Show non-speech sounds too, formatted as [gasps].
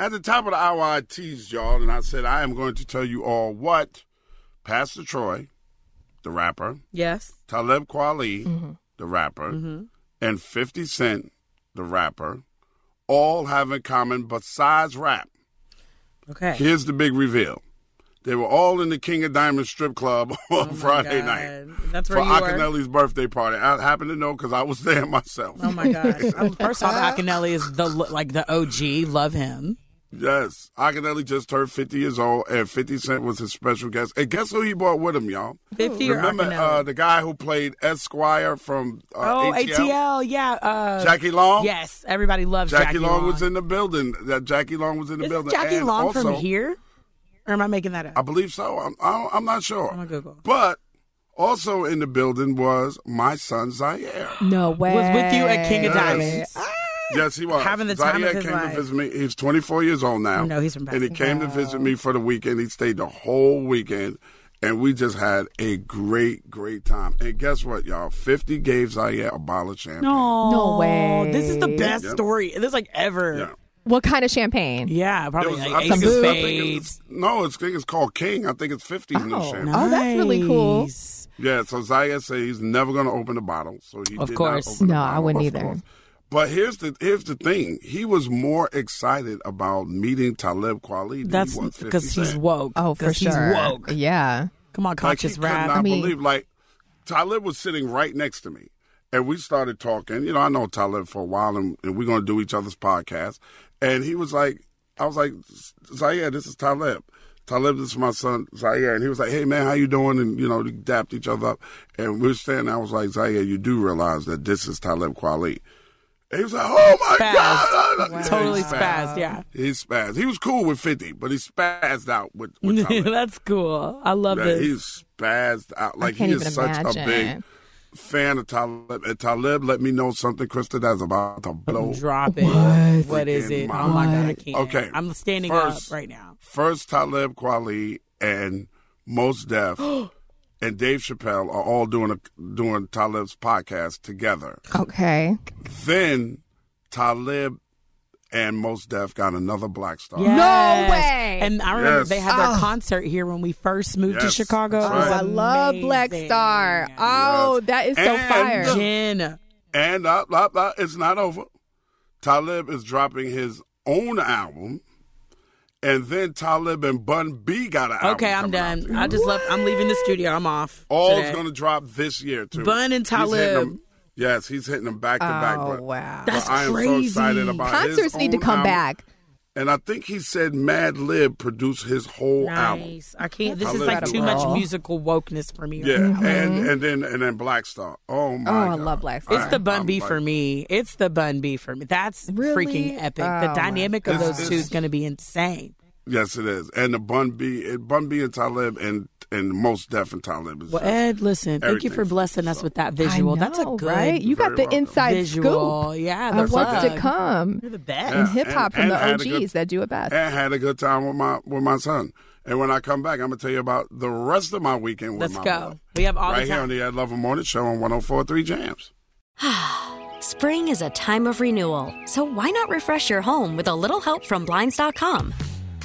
At the top of the hour, I teased y'all, and I said I am going to tell you all what Pastor Troy, the rapper, Yes. Talib Kweli, Mm-hmm. the rapper, and 50 Cent, the rapper, all have in common besides rap. Okay. Here's the big reveal. They were all in the King of Diamonds strip club [laughs] on Oh my Friday God. night That's for where you were. Akinelli's birthday party. I happen to know because I was [laughs] there myself. Oh my gosh. [laughs] I'm- First off, Akinelli is the like the OG. Love him. Yes, Akinelli just turned 50 years old, and 50 Cent was his special guest. And guess who he brought with him, y'all? 50 or Remember Akinelli? uh, the guy who played Esquire from uh, oh, ATL? ATL. yeah. Uh, Jackie Long? Yes, everybody loves Jackie, Jackie, Long, was in the building. That Jackie Long was in the Is building. Jackie And Long also, from here, or am I making that up? I believe so. I'm, I don't- I'm not sure. I'm gonna Google. But also in the building was my son Zaire. No way. was with you at King Yes. of Diamonds. Yes, he was. Having the Zaire time of his came life. to visit me. He's 24 years old now. No, he's from back. and he came to visit me for the weekend. He stayed the whole weekend, and we just had a great, great time. And guess what, y'all? 50 gave Zaire a bottle of champagne. No, No way. This is the best Yep. story. This is like ever. Yeah. What kind of champagne? Yeah, It probably was- I like think Ace it's- of I think it's- Spades. No, it's, I think it's called King. I think it's 50 in the Oh, champagne. nice. Oh, that's really cool. Nice. Yeah, so Zaire said he's never going to open the bottle. So he Of did course. Not open the No, I bottle, wouldn't of either. course. But here's the here's the thing. He was more excited about meeting Talib Kweli than That's he was 50 because he's Cent. woke. Oh, for 'Cause sure. He's woke. Yeah. Come on, Like, he conscious could rap. not I mean- believe like Talib was sitting right next to me, and we started talking. You know, I know Talib for a while, and, and we're gonna do each other's podcast. And he was like, I was like, Zaire, this is Talib. Talib, this is my son Zaire, and he was like, Hey man, how you doing? And you know, they dapped each other up, and we were standing. I was like, Zaire, you do realize that this is Talib Kweli. And he was like, Oh my Spazzed. god, Yeah, he Totally spazzed. Yeah. He spazzed. He was cool with fifty, but he spazzed out with, [laughs] with Talib. [laughs] that's cool. I love Yeah, this. he's spazzed out. Like can't he is even such a imagine. big fan of Talib. And Talib, let me know something, Krista, that's about to blow. Drop it. What? what is it? Freaking Oh my god, I mind. can't. Okay, I'm standing first- up right now. First, Talib Kweli and Most [gasps] Def and Dave Chappelle are all doing a, doing Talib's podcast together. Okay. Then Talib and Most Def got another Black Star. Yes. way. And I remember Yes. they had their Oh. concert here when we first moved to Yes, Chicago. that's It was right. I love Black amazing. Star. Oh, Yes. that is so And- fire. Jen. And uh, blah, blah, it's not over. Talib is dropping his own album. And then Talib and Bun B got an album. Okay, I'm coming out done. together. I just left. I'm leaving the studio. I'm off. All's today. going to drop this year, too. Bun and He's hitting Talib. them- yes, he's hitting them back to back. Oh, but- wow. but That's I am so crazy. excited about his Concerts need to own come um, album. back. And I think he said Mad Lib produced his whole album. Nice. I can't. This I is love like it. too much Incredible. musical wokeness for me. right Yeah, now. and and then and then Black Star. Oh my! Mm-hmm. Oh, I God. love Black I Star. It's the bun I'm B like- for me. It's the bun B for me. That's Really? freaking epic. Oh, the my dynamic of God. those two is going to be insane. Yes, it is. And the Bun B, and Bun B and Talib and and most deaf and Talib is Well, just- Ed, listen, thank you for Everything. blessing us with that I visual. That's a know, good right? You got Very the welcome. inside visual. scoop Yeah, the of what's to plug. come You're the Yeah. best. in hip hop from and- the and had OGs a good- that do it best. and had a good time with my with my son. And when I come back, I'm gonna tell you about the rest of my weekend with Let's my go. boy. We have all right the here time. on the Ed Lover Morning Show on 104.3 Jams. Spring is a time of renewal, so why not refresh your home with a little help from Blinds.com?